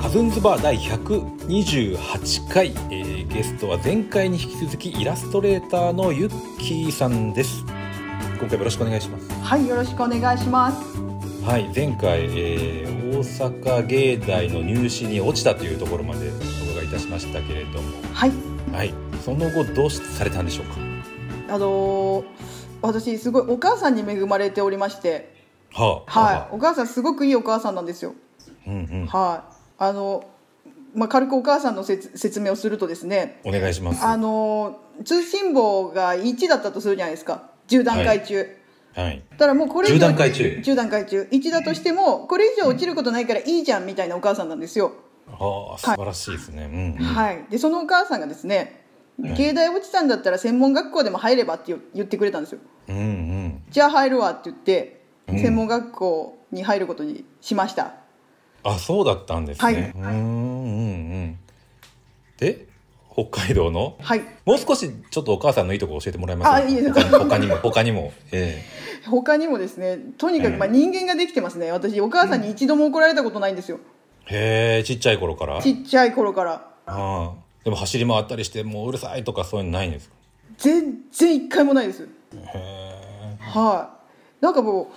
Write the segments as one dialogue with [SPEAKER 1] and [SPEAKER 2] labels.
[SPEAKER 1] カズンズバー第128回、えーゲストは前回に引き続きイラストレーターのゆっきーさんです今回もよろしくお願いします
[SPEAKER 2] はい、よろしくお願いします。
[SPEAKER 1] はい前回、えー大阪芸大の入試に落ちたというところまでお伺いいたしましたけれども
[SPEAKER 2] はい、
[SPEAKER 1] はいその後どうされたんでしょうか
[SPEAKER 2] あのー私すごいお母さんに恵まれておりまして、
[SPEAKER 1] はあ、
[SPEAKER 2] はい、お母さんすごくいいお母さんなんですよ。
[SPEAKER 1] い、うんうん、
[SPEAKER 2] はい、あの、まあ、軽くお母さんのせつ説明をするとですね、
[SPEAKER 1] お願いします
[SPEAKER 2] あ
[SPEAKER 1] は
[SPEAKER 2] のー通信簿が1だったとするじゃないですか、10段階中。
[SPEAKER 1] い
[SPEAKER 2] だからもうこれ
[SPEAKER 1] 10
[SPEAKER 2] 以上
[SPEAKER 1] 段階中
[SPEAKER 2] 10段階中1だとしてもこれ以上落ちることないからいいじゃんみたいなお母さんなんですよ、
[SPEAKER 1] はあ素晴らしいですね、うんうん
[SPEAKER 2] はい、でそのお母さんがですね
[SPEAKER 1] うん
[SPEAKER 2] 芸大落ちたんだったら専門学校でも入ればって言言ってくれたんですよ
[SPEAKER 1] うんうん
[SPEAKER 2] じゃあ入るわって言って
[SPEAKER 1] うん
[SPEAKER 2] 専門学校に入ることにしました、
[SPEAKER 1] あそうだったんですね、
[SPEAKER 2] はいう
[SPEAKER 1] ーんうんうんで北海道の
[SPEAKER 2] はい
[SPEAKER 1] もう少しちょっとお母さんのいいとこ教えてもらえますか
[SPEAKER 2] あいいです
[SPEAKER 1] 他に他にも他にもえ
[SPEAKER 2] 他にもですねとにか
[SPEAKER 1] う
[SPEAKER 2] く
[SPEAKER 1] ん
[SPEAKER 2] まあ人間ができてますね私お母さんに一度も怒られたことないんですよ
[SPEAKER 1] えへえちっちゃい頃から
[SPEAKER 2] ちっちゃい頃から
[SPEAKER 1] ああでも走り回ったりしてもううるさいとかそういうのないんですか
[SPEAKER 2] 全然一回もないです
[SPEAKER 1] へ
[SPEAKER 2] はいなんかも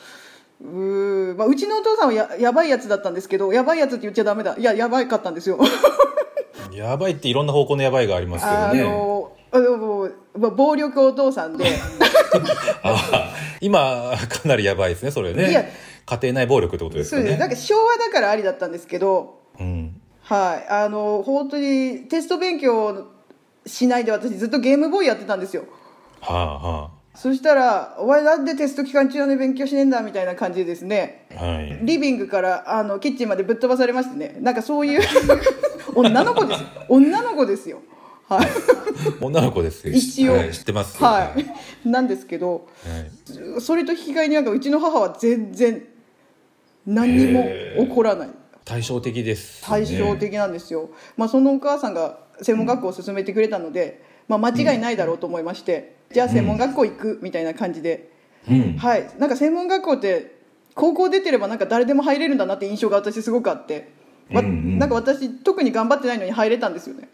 [SPEAKER 2] ううー、まあ、うちのお父さんはややばいやつだったんですけどやばいやつって言っちゃダメだいややばかったん ですよ
[SPEAKER 1] えやばいっていろんな方向のやばいがありますけど
[SPEAKER 2] あ
[SPEAKER 1] ね
[SPEAKER 2] のあのもうまあ暴力お父さ んで
[SPEAKER 1] ああ今かなりやばいですねそれ
[SPEAKER 2] いや
[SPEAKER 1] ね家庭内暴力ってことです
[SPEAKER 2] そう
[SPEAKER 1] よ
[SPEAKER 2] です
[SPEAKER 1] ね
[SPEAKER 2] なんか昭和だからありだったんですけど
[SPEAKER 1] うん
[SPEAKER 2] はいあの本当にテスト勉強しないで私ずっとゲームボーイやってたんですよ
[SPEAKER 1] はあは
[SPEAKER 2] そしたら「お前なんでテスト期間中なのに勉強しねえんだ」みたいな感じでですね
[SPEAKER 1] あはい
[SPEAKER 2] リビングからあのキッチンまでぶっ飛ばされましてねなんかそういう 女の子ですよ女の子ですよはい
[SPEAKER 1] 女の子ですよ
[SPEAKER 2] 一応
[SPEAKER 1] はい知ってますよ
[SPEAKER 2] は、いなんですけど
[SPEAKER 1] はい
[SPEAKER 2] それと引き換えになんかうちの母は全然何にも起こらない
[SPEAKER 1] 対照的です、ね、
[SPEAKER 2] 対 照的なんですよ、まあ、そのお母さんが専門学校を勧めてくれたので、まあ、間違いないだろうと思いまして、じゃあ専門学校行くみたいな感じで、
[SPEAKER 1] うん
[SPEAKER 2] はいなんか専門学校って高校出てればなんか誰でも入れるんだなって印象が私すごくあって、わ
[SPEAKER 1] うんうん
[SPEAKER 2] なんか私特に頑張ってないのに入れたんですよね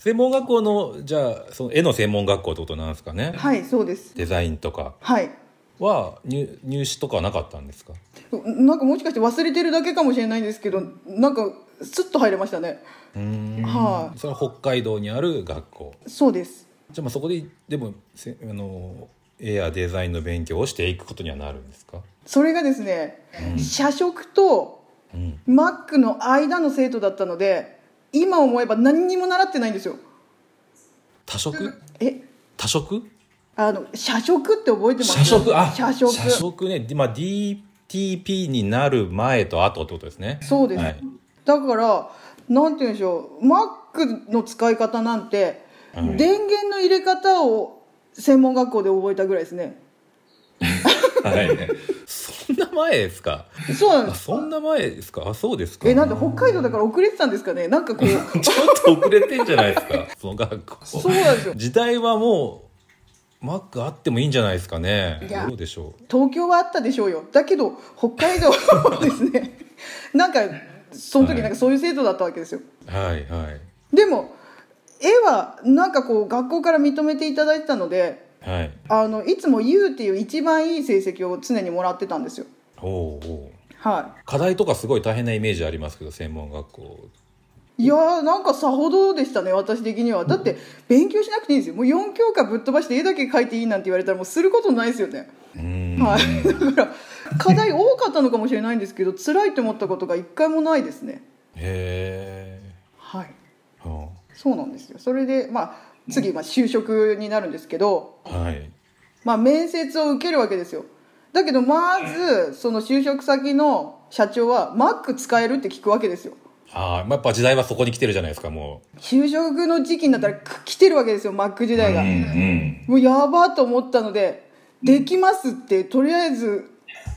[SPEAKER 1] 専門学校のじゃあその絵の専門学校ってことなんですかね、
[SPEAKER 2] はいそうです
[SPEAKER 1] デザインとか
[SPEAKER 2] はい
[SPEAKER 1] は入入試とかはなかったんですか
[SPEAKER 2] なんかもしかして忘れてるだけかもしれないんですけどなんかスッと入れましたね
[SPEAKER 1] うーん
[SPEAKER 2] は
[SPEAKER 1] それは北海道にある学校
[SPEAKER 2] そうです
[SPEAKER 1] じゃあまあそこででもせあの絵やデザインの勉強をしていくことにはなるんですか、
[SPEAKER 2] それがですね、
[SPEAKER 1] うん
[SPEAKER 2] 社食と
[SPEAKER 1] うん、
[SPEAKER 2] マックの間の生徒だったので今思えば何にも習ってないんですよ
[SPEAKER 1] 多色
[SPEAKER 2] え
[SPEAKER 1] 多色
[SPEAKER 2] あの社食って覚えてます
[SPEAKER 1] 社食あ
[SPEAKER 2] 社食
[SPEAKER 1] 社食ね、まあ、DTP になる前と後ってことですね
[SPEAKER 2] そうです、
[SPEAKER 1] はい
[SPEAKER 2] だからなんて言うんでしょうマックの使い方なんて、
[SPEAKER 1] はい
[SPEAKER 2] 電源の入れ方を専門学校で覚えたぐらいですね
[SPEAKER 1] はいそんな前ですか
[SPEAKER 2] そうなん
[SPEAKER 1] あ
[SPEAKER 2] です
[SPEAKER 1] そんな前ですかあそうですか
[SPEAKER 2] えなんで北海道だから遅れてたんですかねなんかこう
[SPEAKER 1] ちょっと遅れてんじゃないです かその学
[SPEAKER 2] そう
[SPEAKER 1] 校
[SPEAKER 2] なんですよ
[SPEAKER 1] 時代はもうマックあってもいいんじゃないですかね
[SPEAKER 2] いや
[SPEAKER 1] どうでしょ
[SPEAKER 2] 東京はあったでしょうよだけど北海道はです ねなんかその時なんかそういう制度だったわけですよ
[SPEAKER 1] うはいはい
[SPEAKER 2] でも絵はなんかこう学校から認めていただいてたので
[SPEAKER 1] はい
[SPEAKER 2] あのいつも U っていう一番いい成績を常にもらってたんですよ
[SPEAKER 1] おうおう
[SPEAKER 2] は
[SPEAKER 1] 課題とかすごい大変なイメージありますけど専門学校
[SPEAKER 2] いいやーなんかさほどでしたね私的にはだって勉強しなくていいんですよもう4教科ぶっ飛ばして絵だけ描いていいなんて言われたらもうすることないですよね
[SPEAKER 1] うーん
[SPEAKER 2] はい、だから課題多かったのかもしれないんですけど辛いと思ったことが一回もないですね
[SPEAKER 1] へえ
[SPEAKER 2] はい
[SPEAKER 1] は
[SPEAKER 2] そうなんですよそれでまあ次、まあ、就職になるんですけど、
[SPEAKER 1] あはい
[SPEAKER 2] まあ、面接を受けるわけですよだけどまずその就職先の社長はマック使えるって聞くわけですよ
[SPEAKER 1] あーまあやっぱ時代はそこに来てるじゃないですかも
[SPEAKER 2] 就職の時期になったらく来てるわけですよマック時代
[SPEAKER 1] う、
[SPEAKER 2] が、
[SPEAKER 1] ん、
[SPEAKER 2] もうやばと思ったのでできますってとりあえず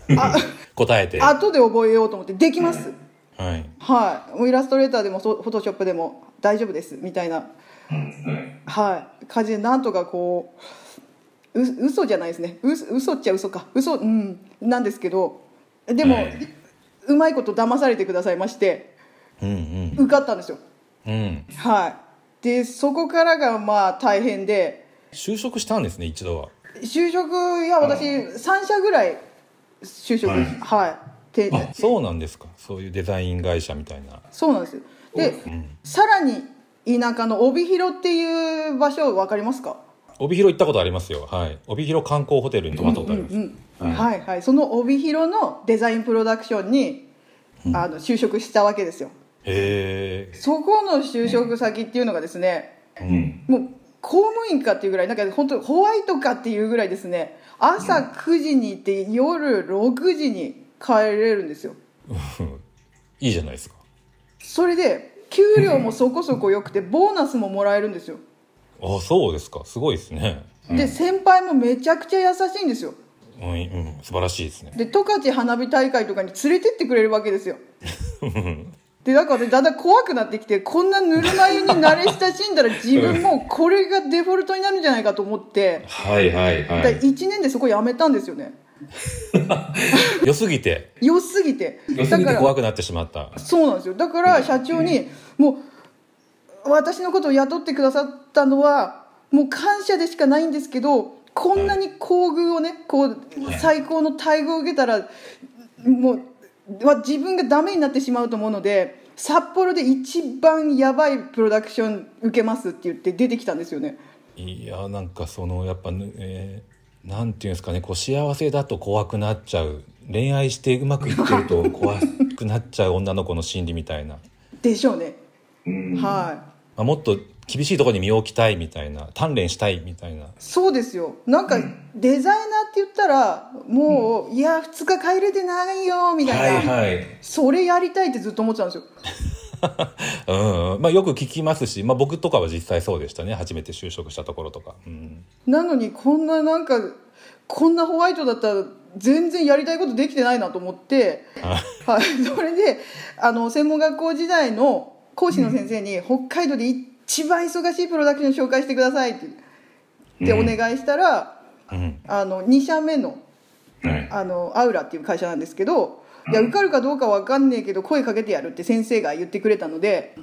[SPEAKER 2] あ
[SPEAKER 1] 答えては
[SPEAKER 2] 後で覚えようと思ってできます、
[SPEAKER 1] い
[SPEAKER 2] はい、もうイラストレーターでもそうフォトショップでも大丈夫ですみたいな、はい、感じでなんとかこうう嘘じゃないですねう嘘っちゃ嘘か嘘うんなんですけどでも、
[SPEAKER 1] はい
[SPEAKER 2] うまいこと騙されてくださいまして
[SPEAKER 1] うん
[SPEAKER 2] 受かったんですよ
[SPEAKER 1] うんうん
[SPEAKER 2] はいでそこからがまあ大変で
[SPEAKER 1] 就職したんですね一度は
[SPEAKER 2] 就職いや私3社ぐらい就職
[SPEAKER 3] はい
[SPEAKER 2] はいて
[SPEAKER 1] あそうなんですかそういうデザイン会社みたいな
[SPEAKER 2] そうなんですよで
[SPEAKER 1] うん
[SPEAKER 2] さらに田舎の帯広っていう場所分かりますか
[SPEAKER 1] 帯広行ったことありますよはい帯広観光ホテルに泊まったことあります、
[SPEAKER 2] うんはいはいその帯広のデザインプロダクションにあの就職したわけですよ
[SPEAKER 1] へえ
[SPEAKER 2] そこの就職先っていうのがですね
[SPEAKER 3] うん
[SPEAKER 2] もう公務員かっていうぐらいなんか本当にホワイトかっていうぐらいですね朝9時に行って夜6時に帰れるんですよ
[SPEAKER 1] いいじゃないですか
[SPEAKER 2] それで給料もそこそこ良くてボーナスももらえるんですよ
[SPEAKER 1] あそうですかすごいですね
[SPEAKER 2] で先輩もめちゃくちゃ優しいんですよ
[SPEAKER 1] うん、うん、素晴らしいですね
[SPEAKER 2] で十勝花火大会とかに連れてってくれるわけですよ でだからだんだん怖くなってきてこんなぬるま湯に慣れ親し んだら自分もこれがデフォルトになるんじゃないかと思って
[SPEAKER 3] はいはい
[SPEAKER 2] だ
[SPEAKER 3] は
[SPEAKER 2] から
[SPEAKER 3] い。
[SPEAKER 2] 1年でそこ辞めたんですよね
[SPEAKER 1] 良すぎて
[SPEAKER 2] 良すぎて
[SPEAKER 1] 良すぎて怖くなってしまった
[SPEAKER 2] そうなんですよだから社長にもう私のことを雇ってくださったのはもう感謝でしかないんですけどこんなに厚遇をねこう最高の待遇を受けたらもうは自分がダメになってしまうと思うので札幌で一番やばいプロダクション受けますって言って出てきたんですよね
[SPEAKER 1] いやなんかそのやっぱ、ねえーなんていうんですかねこう幸せだと怖くなっちゃう恋愛してうまくいってる と怖くなっちゃう女の子の心理みたいな、ま
[SPEAKER 2] でしょうね
[SPEAKER 3] うん
[SPEAKER 2] はい
[SPEAKER 1] あ、もっと厳しいところに身を置きたいみたいな鍛錬したいみたいな
[SPEAKER 2] そうですよなんかデザイナーって言ったらもう、いや2日帰れてないよみたいな、
[SPEAKER 3] はい。
[SPEAKER 2] それやりたいってずっと思ってたんですよ
[SPEAKER 1] うんうんまあ、よく聞きますし、まあ、僕とかは実際そうでしたね初めて就職したところとか、うん、
[SPEAKER 2] なのにこんななんかこんなホワイトだったら全然やりたいことできてないなと思って、はい、 それであの専門学校時代の講師の先生に、北海道で一番忙しいプロダクション紹介してくださいってでお願いしたら、
[SPEAKER 1] うん、
[SPEAKER 2] あの2社目の
[SPEAKER 3] はい。
[SPEAKER 2] あのアウラっていう会社なんですけどいや受かるかどうかわかんねえけど声かけてやるって先生が言ってくれたので、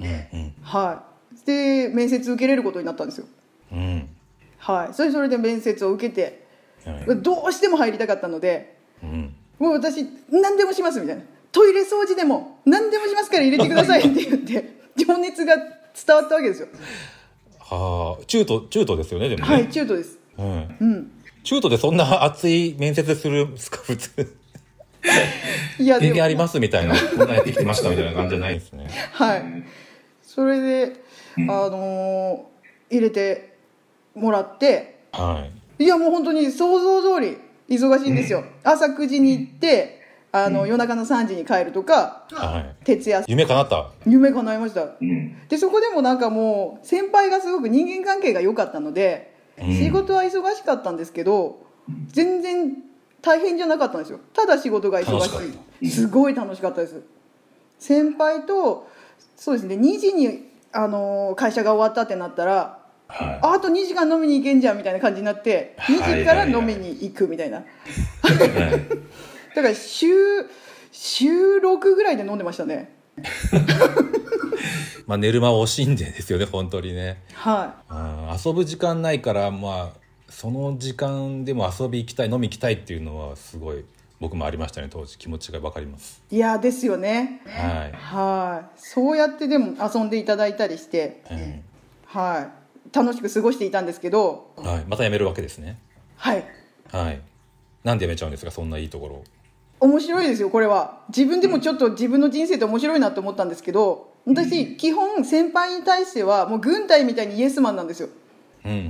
[SPEAKER 2] はい、で面接受けれることになったんですよ。
[SPEAKER 1] うん
[SPEAKER 2] はい、それそれで面接を受けて、
[SPEAKER 1] はい
[SPEAKER 2] どうしても入りたかったので
[SPEAKER 1] うん、
[SPEAKER 2] もう私何でもしますみたいなトイレ掃除でも何でもしますから入れてくださいって言って情熱が伝わったわけですよ
[SPEAKER 1] はあ中途中途ですよねでもね、
[SPEAKER 2] はい中途です
[SPEAKER 1] うん、
[SPEAKER 2] うん
[SPEAKER 1] 中途でそんな熱い面接するんですか普通
[SPEAKER 2] いや
[SPEAKER 1] 全然あり
[SPEAKER 2] も
[SPEAKER 1] ますみたいなこんなやってきてましたみたいな感じじゃないですね
[SPEAKER 2] はいそれで、あのー入れてもらって
[SPEAKER 1] はい
[SPEAKER 2] やもう本当に想像通り忙しいんですよ、朝9時に行ってあの、夜中の3時に帰るとか
[SPEAKER 1] い、はい、
[SPEAKER 2] 徹夜
[SPEAKER 1] 夢叶った
[SPEAKER 2] 夢叶いました
[SPEAKER 3] うん。
[SPEAKER 2] でそこでもなんかもう先輩がすごく人間関係が良かったので、
[SPEAKER 1] うん
[SPEAKER 2] 仕事は忙しかったんですけど全然大変じゃなかったんですよただ仕事が忙
[SPEAKER 1] 楽しかっ
[SPEAKER 2] しいすごい楽しかったです先輩とそうですね2時に、あのー会社が終わったってなったら
[SPEAKER 3] は
[SPEAKER 2] ああと2時間飲みに行けんじゃんみたいな感じになって2時から飲みに行くみたいな、だから週週6ぐらいで飲んでましたね
[SPEAKER 1] まあ寝る間を惜しんでですよね本当にね、
[SPEAKER 2] はい
[SPEAKER 1] うん、遊ぶ時間ないからまあその時間でも遊び行きたい飲み行きたいっていうのはすごい僕もありましたね当時気持ちが分かります
[SPEAKER 2] いやーですよね
[SPEAKER 1] は
[SPEAKER 2] はい、そうやってでも遊んでいただいたりして、
[SPEAKER 1] い、うん
[SPEAKER 2] はい、楽しく過ごしていたんですけど、
[SPEAKER 1] はい、また辞めるわけですね
[SPEAKER 2] はい、
[SPEAKER 1] はいなんで辞めちゃうんですかそんないいところを
[SPEAKER 2] 面白いですよこれは自分でもちょっと自分の人生って面白いなと思ったんですけど私基本先輩に対してはもう軍隊みたいにイエスマンなんですよ
[SPEAKER 1] うんうんう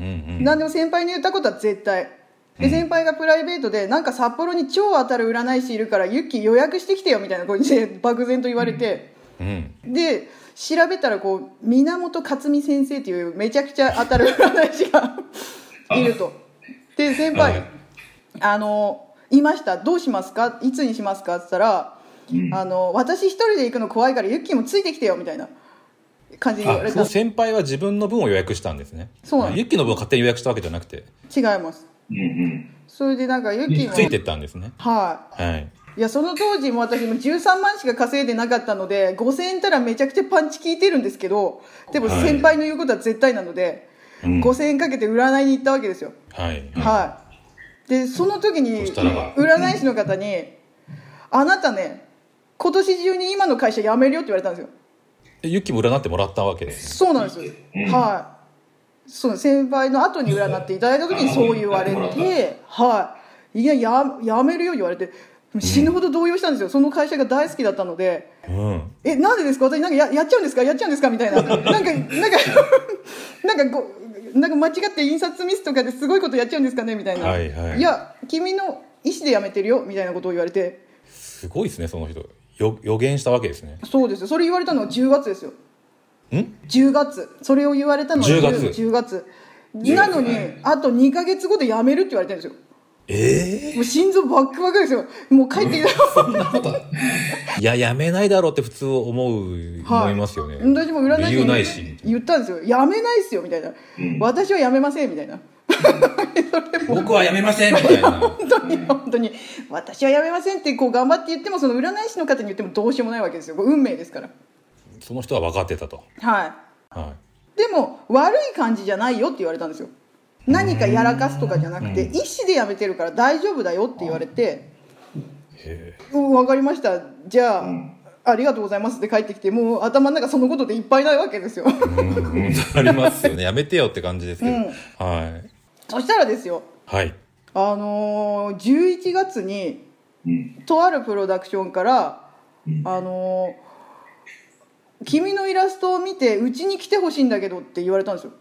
[SPEAKER 1] ん
[SPEAKER 2] 何でも先輩に言ったことは絶対で先輩がプライベートでなんか札幌に超当たる占い師いるからユッキー予約してきてよみたいな感じで漠然と言われて。
[SPEAKER 1] うん
[SPEAKER 2] で調べたらこう源克美先生っていうめちゃくちゃ当たる占い 師がいるとで先輩、あのいましたどうしますかいつにしますかって言ったら、あの私一人で行くの怖いからユッキーもついてきてよみたいな感じで言わ
[SPEAKER 1] あ
[SPEAKER 2] れ
[SPEAKER 1] そ
[SPEAKER 2] た
[SPEAKER 1] の先輩は自分の分を予約したんですね
[SPEAKER 2] そうなんです
[SPEAKER 1] ユッキーの分を勝手に予約したわけじゃなくて
[SPEAKER 2] 違います
[SPEAKER 3] い。うんうん。
[SPEAKER 2] それでなんかユッキーも
[SPEAKER 1] ついてったんですね
[SPEAKER 2] は
[SPEAKER 1] はい
[SPEAKER 2] いやその当時も私も13万しか稼いでなかったので5000円たらめちゃくちゃパンチ効いてるんですけどでも
[SPEAKER 1] はい
[SPEAKER 2] 先輩の言うことは絶対なので、
[SPEAKER 3] うん
[SPEAKER 2] 5000円かけて占いに行ったわけですよ、
[SPEAKER 1] はい
[SPEAKER 2] はいでその時に
[SPEAKER 1] そしたら
[SPEAKER 2] 占い師の方に「あなたね今年中に今の会社辞めるよ」って言われたんですよ
[SPEAKER 1] えユッキも占ってもらったわけです
[SPEAKER 2] そうなんですよ、
[SPEAKER 3] うん
[SPEAKER 2] はいそう先輩の後に占っていただいた時にそう言われ
[SPEAKER 3] うん
[SPEAKER 2] てはいいやややめるよ言われて死ぬほど動揺したんですよその会社が大好きだったので
[SPEAKER 1] うん
[SPEAKER 2] えなんでですか私なんかややっちゃうんですかやっちゃうんですかみたいななんかなん かなんかごなんか間違って印刷ミスとかですごいことやっちゃうんですかねみたいな、
[SPEAKER 1] はいはい
[SPEAKER 2] や君の意思でやめてるよみたいなことを言われて
[SPEAKER 1] すごいですねその人よ予言したわけですね
[SPEAKER 2] そうですよそれ言われたのは10月ですよ
[SPEAKER 1] ん
[SPEAKER 2] 10月それを言われたのは
[SPEAKER 1] 10月
[SPEAKER 2] 10月なのに、
[SPEAKER 3] はい
[SPEAKER 2] あと2か月後で辞めるって言われてるんですよ
[SPEAKER 1] え
[SPEAKER 2] もう心臓バックバックですよもう帰ってきた
[SPEAKER 1] えいややめないだろうって普通思う、
[SPEAKER 2] はい
[SPEAKER 1] 思いますよね
[SPEAKER 2] 私も占い
[SPEAKER 1] 理
[SPEAKER 2] 師
[SPEAKER 1] 由
[SPEAKER 2] に
[SPEAKER 1] ないし
[SPEAKER 2] 言ったんですよ「やめないっすよ」みたいな「私はやめません」みたいな
[SPEAKER 1] 僕はやめませんみたいな
[SPEAKER 2] 本当に本当に私はやめませんってこう頑張って言ってもその占い師の方に言ってもどうしようもないわけですよこれ運命ですから
[SPEAKER 1] その人は分かってたと
[SPEAKER 2] はい
[SPEAKER 1] は
[SPEAKER 2] でも悪い感じじゃないよって言われたんですよ何かやらかすとかじゃなくて意思でやめてるから大丈夫だよって言われて
[SPEAKER 1] いへ
[SPEAKER 2] 「うん分かりましたじゃあ、
[SPEAKER 3] ん
[SPEAKER 2] ありがとうございます」って帰ってきてもう頭の中そのことでいっぱいなわけですよ
[SPEAKER 1] えありますよねやめてよって感じですけど、
[SPEAKER 2] うん
[SPEAKER 1] はい
[SPEAKER 2] そしたらですよ
[SPEAKER 1] はい
[SPEAKER 2] あのー11月にとあるプロダクションから、あのー君のイラストを見てうちに来てほしいんだけど」って言われたんですよ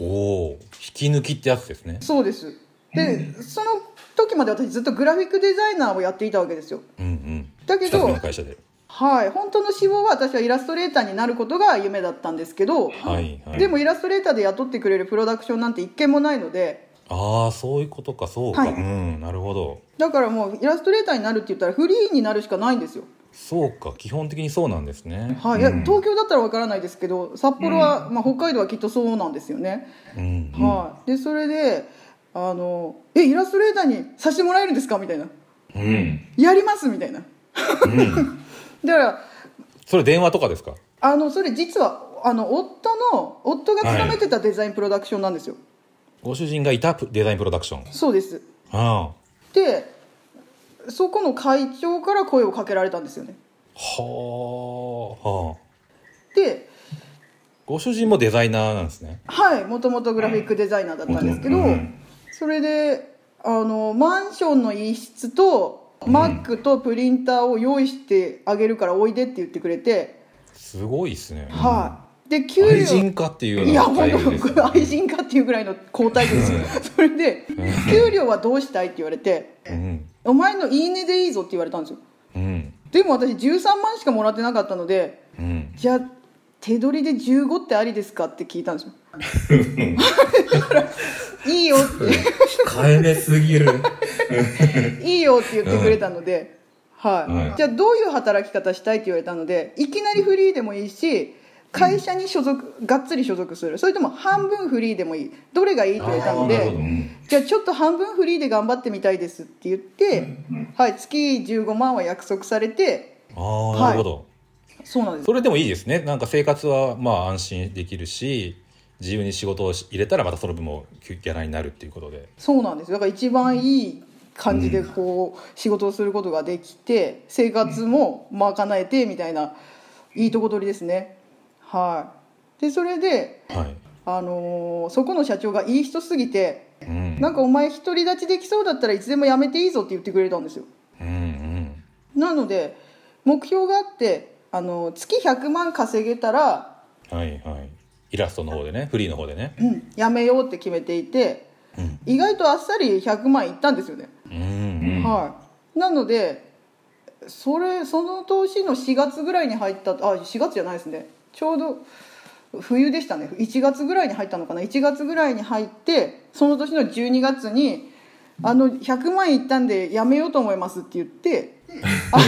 [SPEAKER 1] おお引き抜きってやつですね
[SPEAKER 2] そうですでその時まで私ずっとグラフィックデザイナーをやっていたわけですよ
[SPEAKER 1] うんうん
[SPEAKER 2] だけ
[SPEAKER 1] 近く
[SPEAKER 2] ど
[SPEAKER 1] の会社で
[SPEAKER 2] はい本当の志望は私はイラストレーターになることが夢だったんですけど、
[SPEAKER 1] はいはい
[SPEAKER 2] でもイラストレーターで雇ってくれるプロダクションなんて一件もないので
[SPEAKER 1] ああそういうことかそうか、
[SPEAKER 2] はい
[SPEAKER 1] うんなるほど
[SPEAKER 2] だからもうイラストレーターになるって言ったらフリーになるしかないんですよ
[SPEAKER 1] そうか基本的にそうなんですね
[SPEAKER 2] はい、いや東京だったらわからないですけど札幌は、まあ、北海道はきっとそうなんですよね、
[SPEAKER 1] うん
[SPEAKER 2] はい、でそれであの「えイラストレーターにさせてもらえるんですか?」みたいな
[SPEAKER 3] うん
[SPEAKER 2] 「やります」みたいな だから
[SPEAKER 1] それ電話とかですか
[SPEAKER 2] あのそれ実はあの夫の夫が勤めてたデザインプロダクションなんですよ、
[SPEAKER 1] ご主人がいたプデザインプロダクション
[SPEAKER 2] そうです
[SPEAKER 1] ああ
[SPEAKER 2] でそこの会長から声をかけられたんですよね
[SPEAKER 1] はあはあ
[SPEAKER 2] で
[SPEAKER 1] ご主人もデザイナーなんですね
[SPEAKER 2] はいもともとグラフィックデザイナーだったんですけど、
[SPEAKER 3] うん
[SPEAKER 2] それであのマンションの一室とマックとプリンターを用意してあげるからおいでって言ってくれて、
[SPEAKER 1] すごいですね、
[SPEAKER 2] はいで給
[SPEAKER 1] 愛
[SPEAKER 2] 料
[SPEAKER 1] 人かっていう
[SPEAKER 2] い
[SPEAKER 1] よ
[SPEAKER 2] や
[SPEAKER 1] うな
[SPEAKER 2] 本
[SPEAKER 1] 態
[SPEAKER 2] 当
[SPEAKER 1] 度です
[SPEAKER 2] これ 愛人かっていうぐらいの交代ですよそれで給料はどうしたいって言われて
[SPEAKER 1] うん
[SPEAKER 2] 「お前のいいねでいいぞ」って言われたんですよ
[SPEAKER 1] うん
[SPEAKER 2] でも私13万しかもらってなかったので
[SPEAKER 1] うん
[SPEAKER 2] じゃあ手取りで15ってありですかって聞いたんですよ いいよっ
[SPEAKER 1] 控えめすぎ る
[SPEAKER 2] ていいよって言ってくれたので、はい、
[SPEAKER 3] はい
[SPEAKER 2] じゃあどういう働き方したいって言われたのでいきなりフリーでもいいし会社に所属、がっつり所属するそれとも半分フリーでもいいどれがいいって言われたの
[SPEAKER 3] あーなるほどう
[SPEAKER 2] で
[SPEAKER 3] ん
[SPEAKER 2] じゃあちょっと半分フリーで頑張ってみたいですって言って、はい、月15万は約束されて
[SPEAKER 1] ああなるほど、
[SPEAKER 2] そうなんです
[SPEAKER 1] それでもいいですねなんか生活はまあ安心できるし自由に仕事をし入れたらまたその分もギャラになるっていうことで
[SPEAKER 2] そうなんですだから一番いい感じでこう仕事をすることができて生活も賄えてみたいないいとこ取りですねはいでそれで、
[SPEAKER 1] はい
[SPEAKER 2] あのーそこの社長がいい人すぎて
[SPEAKER 1] うん
[SPEAKER 2] なんかお前独り立ちできそうだったらいつでも辞めていいぞって言ってくれたんですよ
[SPEAKER 1] うんうん
[SPEAKER 2] なので目標があって、あのー月100万稼げたら、
[SPEAKER 1] はいはいイラストの方でねフリーの方でね
[SPEAKER 2] うん、辞めようって決めていて、
[SPEAKER 1] うん
[SPEAKER 2] 意外とあっさり100万いったんですよね
[SPEAKER 1] うん
[SPEAKER 2] はい、なのでそれその年の4月ぐらいに入ったあ4月じゃないですねちょうど冬でしたね1月ぐらいに入ったのかな1月ぐらいに入ってその年の12月に「あの100万いったんでやめようと思います」って言 ってあ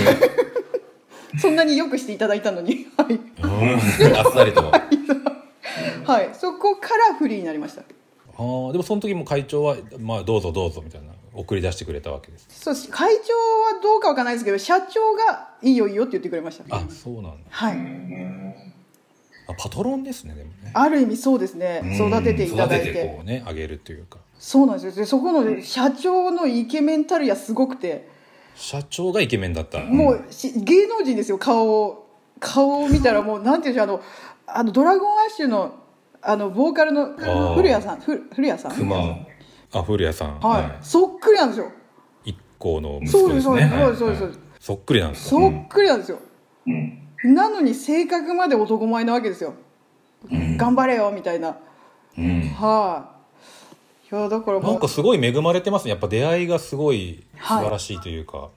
[SPEAKER 2] そんなによくしていただいたのに はい、
[SPEAKER 1] うんあっさりとあ
[SPEAKER 2] はい、そこからフリーになりました
[SPEAKER 1] ーでもその時も会長はまあどうぞどうぞみたいな送り出してくれたわけです。
[SPEAKER 2] そうです会長はどうかわかんないですけど社長が「いいよいいよ」って言ってくれました
[SPEAKER 1] あ、そうなんだ。
[SPEAKER 2] はい
[SPEAKER 1] あパトロンですね、でもね。
[SPEAKER 2] ある意味そうですね
[SPEAKER 3] うん
[SPEAKER 2] 育てていた
[SPEAKER 1] 育
[SPEAKER 2] だ
[SPEAKER 1] て
[SPEAKER 2] いて
[SPEAKER 1] てこうね、あげるというか。
[SPEAKER 2] そうなんですよでそこの社長のイケメンたるやすごくて
[SPEAKER 1] 社長がイケメンだった。
[SPEAKER 2] もうし芸能人ですよ顔を顔を見たらもうなんていうんでしょうあのあのドラゴンアッシュのあのボーカルの
[SPEAKER 1] ー
[SPEAKER 2] 古谷さんふ古谷さん
[SPEAKER 3] 熊。は
[SPEAKER 1] あ、古谷さん。
[SPEAKER 2] はい、
[SPEAKER 1] は
[SPEAKER 2] そっくりなんですよ
[SPEAKER 1] い。一行の息
[SPEAKER 2] そう
[SPEAKER 1] 子
[SPEAKER 2] で
[SPEAKER 1] ですす
[SPEAKER 2] そう
[SPEAKER 1] ね。
[SPEAKER 2] です
[SPEAKER 1] はい
[SPEAKER 2] そうですそうです、
[SPEAKER 1] はいそっくりなんですよ。
[SPEAKER 2] そっくりなんですよ、
[SPEAKER 3] うん。
[SPEAKER 2] なのに性格まで男前なわけですよ、頑張れよみたいな
[SPEAKER 3] うん。
[SPEAKER 2] はい、いやだからもう
[SPEAKER 1] なんかすごい恵まれてますね。やっぱ出会いがすごい素晴らしいというか。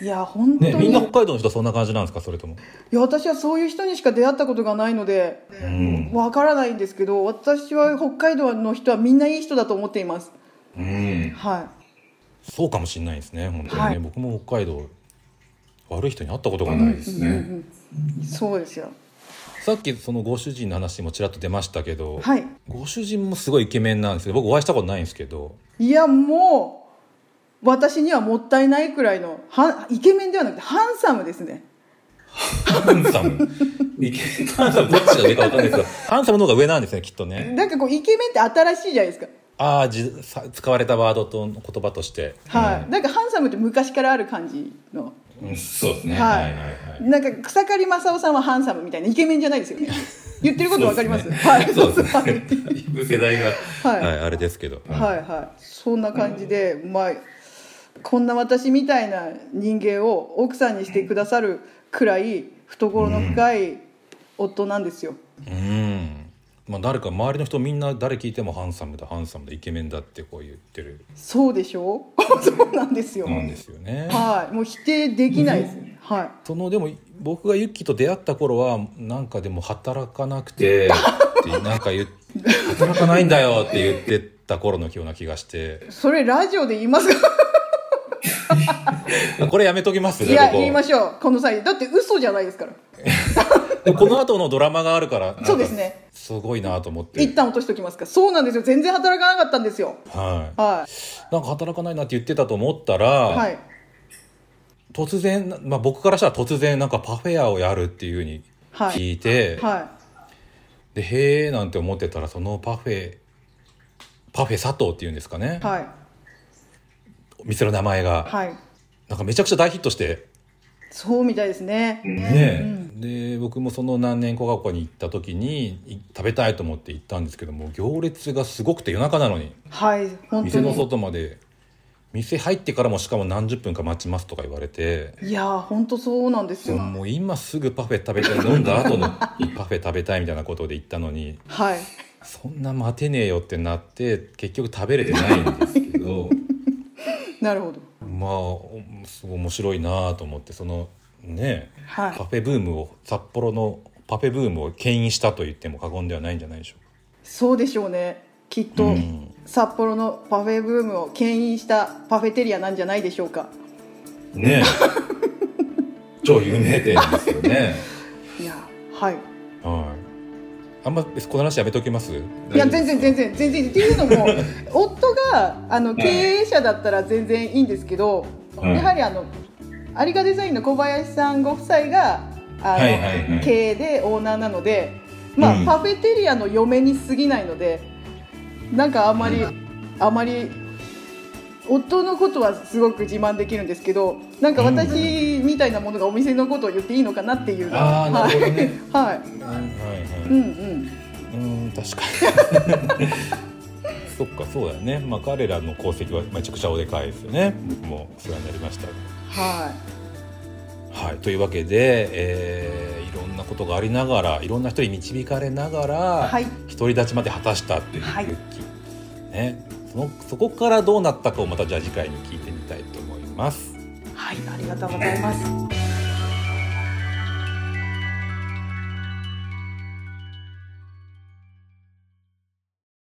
[SPEAKER 2] いや本当
[SPEAKER 1] ね、
[SPEAKER 2] に、
[SPEAKER 1] みんない北海道の人はそんな感じなんですか、それとも。
[SPEAKER 2] や私はそういう人にしか出会ったことがないので
[SPEAKER 3] うん。
[SPEAKER 2] わからないんですけど私は北海道の人はみんないい人だと思っています
[SPEAKER 3] うん。
[SPEAKER 2] は
[SPEAKER 1] そうかもしれないですね、本当にね。
[SPEAKER 2] はい
[SPEAKER 1] 僕も北海道、悪い人に会ったことがないです。
[SPEAKER 3] すね。
[SPEAKER 2] いそうですよ
[SPEAKER 1] さっきそのご主人の話もちらっと出ましたけど、
[SPEAKER 2] はい
[SPEAKER 1] ご主人もすごいイケメンなんですけど、僕お会いしたことないんですけど、
[SPEAKER 2] いやもう私にはもったいないくらいのはイケメンではなくてハンサムですね
[SPEAKER 1] ハンサム。イケメンハンサムどっちが上かわかんないですけど、ハンサムの方が上なんですね、きっとね。
[SPEAKER 2] なんかこうイケメンって新しいじゃないですか
[SPEAKER 1] ああ、じさ使われたワードと言葉として。
[SPEAKER 2] はい、なんかハンサムって昔からある感じの
[SPEAKER 3] うんそうですね。
[SPEAKER 2] はい
[SPEAKER 3] はいはいはい。
[SPEAKER 2] なんか草刈正雄さんはハンサムみたいなイケメンじゃないですよね言ってることわかりますはい
[SPEAKER 3] そうです
[SPEAKER 2] はい
[SPEAKER 3] ね。だい ぶ世代が。
[SPEAKER 2] はい、
[SPEAKER 1] はい、あれですけど。
[SPEAKER 2] はいはいそんな感じで、まあこんな私みたいな人間を奥さんにしてくださるくらい懐の深い夫なんですよ、
[SPEAKER 1] うん。まあ誰か、周りの人みんな誰聞いてもハンサムだ、ハンサムだ、イケメンだってこう言ってる
[SPEAKER 2] そうでしょうそうなんですよ、
[SPEAKER 1] なんですよね。
[SPEAKER 2] はいもう否定できないです、はい
[SPEAKER 1] そのでも僕がユッキーと出会った頃はなんかでも働かなくてってなんか言っ働かないんだよって言ってた頃のような気がして
[SPEAKER 2] それラジオで言いますか
[SPEAKER 1] これやめときます
[SPEAKER 2] いや
[SPEAKER 1] ここ
[SPEAKER 2] 言いましょうこの際だって嘘じゃないですから
[SPEAKER 1] この後のドラマがあるからなんか
[SPEAKER 2] そうですね
[SPEAKER 1] すごいなと思って
[SPEAKER 2] 一旦落としておきますかそうなんですよ全然働かなかったんですよ
[SPEAKER 1] はい
[SPEAKER 2] はい
[SPEAKER 1] なんか働かないなって言ってたと思ったら、
[SPEAKER 2] はい
[SPEAKER 1] 突然、まあ、僕からしたら突然なんかパフェ屋をやるっていうふうに聞いて、
[SPEAKER 2] は
[SPEAKER 1] でへえなんて思ってたらそのパフェパフェ佐藤っていうんですかね、
[SPEAKER 2] いはい
[SPEAKER 1] お店の名前が、
[SPEAKER 2] はい
[SPEAKER 1] なんかめちゃくちゃ大ヒットして
[SPEAKER 2] そうみたいですね
[SPEAKER 1] ねえ、で僕もその何年か学校に行った時にい食べたいと思って行ったんですけども行列がすごくて夜中なのに
[SPEAKER 2] はい本当
[SPEAKER 1] 店の
[SPEAKER 2] に
[SPEAKER 1] 外まで店入ってからもしかも何十分か待ちますとか言われて、
[SPEAKER 2] いやー本当そうなんですよ、
[SPEAKER 1] もう今すぐパフェ食べたい飲んだ後 のパフェ食べたいみたいなことで行ったのに
[SPEAKER 2] はい
[SPEAKER 1] そんな待てねえよってなって結局食べれてないんですけど
[SPEAKER 2] なるほど
[SPEAKER 1] まあおすごい面白いなと思ってそのねえ
[SPEAKER 2] はい
[SPEAKER 1] パフェブームを札幌のパフェブームを牽引したと言っても過言ではないんじゃないでしょうか
[SPEAKER 2] そうでしょうねきっと、
[SPEAKER 1] うん
[SPEAKER 2] 札幌のパフェブームを牽引したパフェテリアなんじゃないでしょうか
[SPEAKER 3] ねえ。超有名店ですよね。
[SPEAKER 2] いやーはい
[SPEAKER 1] はい。あんまこの話やめときます。
[SPEAKER 2] いや全然全然全然っていう のも夫があの経営者だったら全然いいんですけど、
[SPEAKER 3] うん
[SPEAKER 2] やはりあの有賀デザインの小林さんご夫妻があの、
[SPEAKER 1] はいはい
[SPEAKER 3] はい
[SPEAKER 2] 経営でオーナーなので、まあ
[SPEAKER 3] うん
[SPEAKER 2] パフェテリアの嫁に過ぎないのでなんかあまり、あまり夫のことはすごく自慢できるんですけどなんか私みたいなものがお店のことを言っていいのかなっていうのは、
[SPEAKER 1] あーなるほどね
[SPEAKER 2] はい、
[SPEAKER 1] はいは
[SPEAKER 2] う
[SPEAKER 1] い。
[SPEAKER 2] ん
[SPEAKER 1] う
[SPEAKER 2] う
[SPEAKER 1] ー
[SPEAKER 2] ん
[SPEAKER 1] ん確かに。 そっかそうだよね。まあ彼らの功績はめちゃくちゃおでかいですよね。僕もお世話になりました。
[SPEAKER 2] はい。
[SPEAKER 1] はい、というわけで、えーいろんなことがありながらいろんな人に導かれながら、
[SPEAKER 2] はい
[SPEAKER 1] 独り立ちまで果たしたっていう
[SPEAKER 2] はい
[SPEAKER 1] ユッキーね、そのそこからどうなったかをまたじゃあ次回に聞いてみたいと思います。
[SPEAKER 2] はい、ありがとうございます。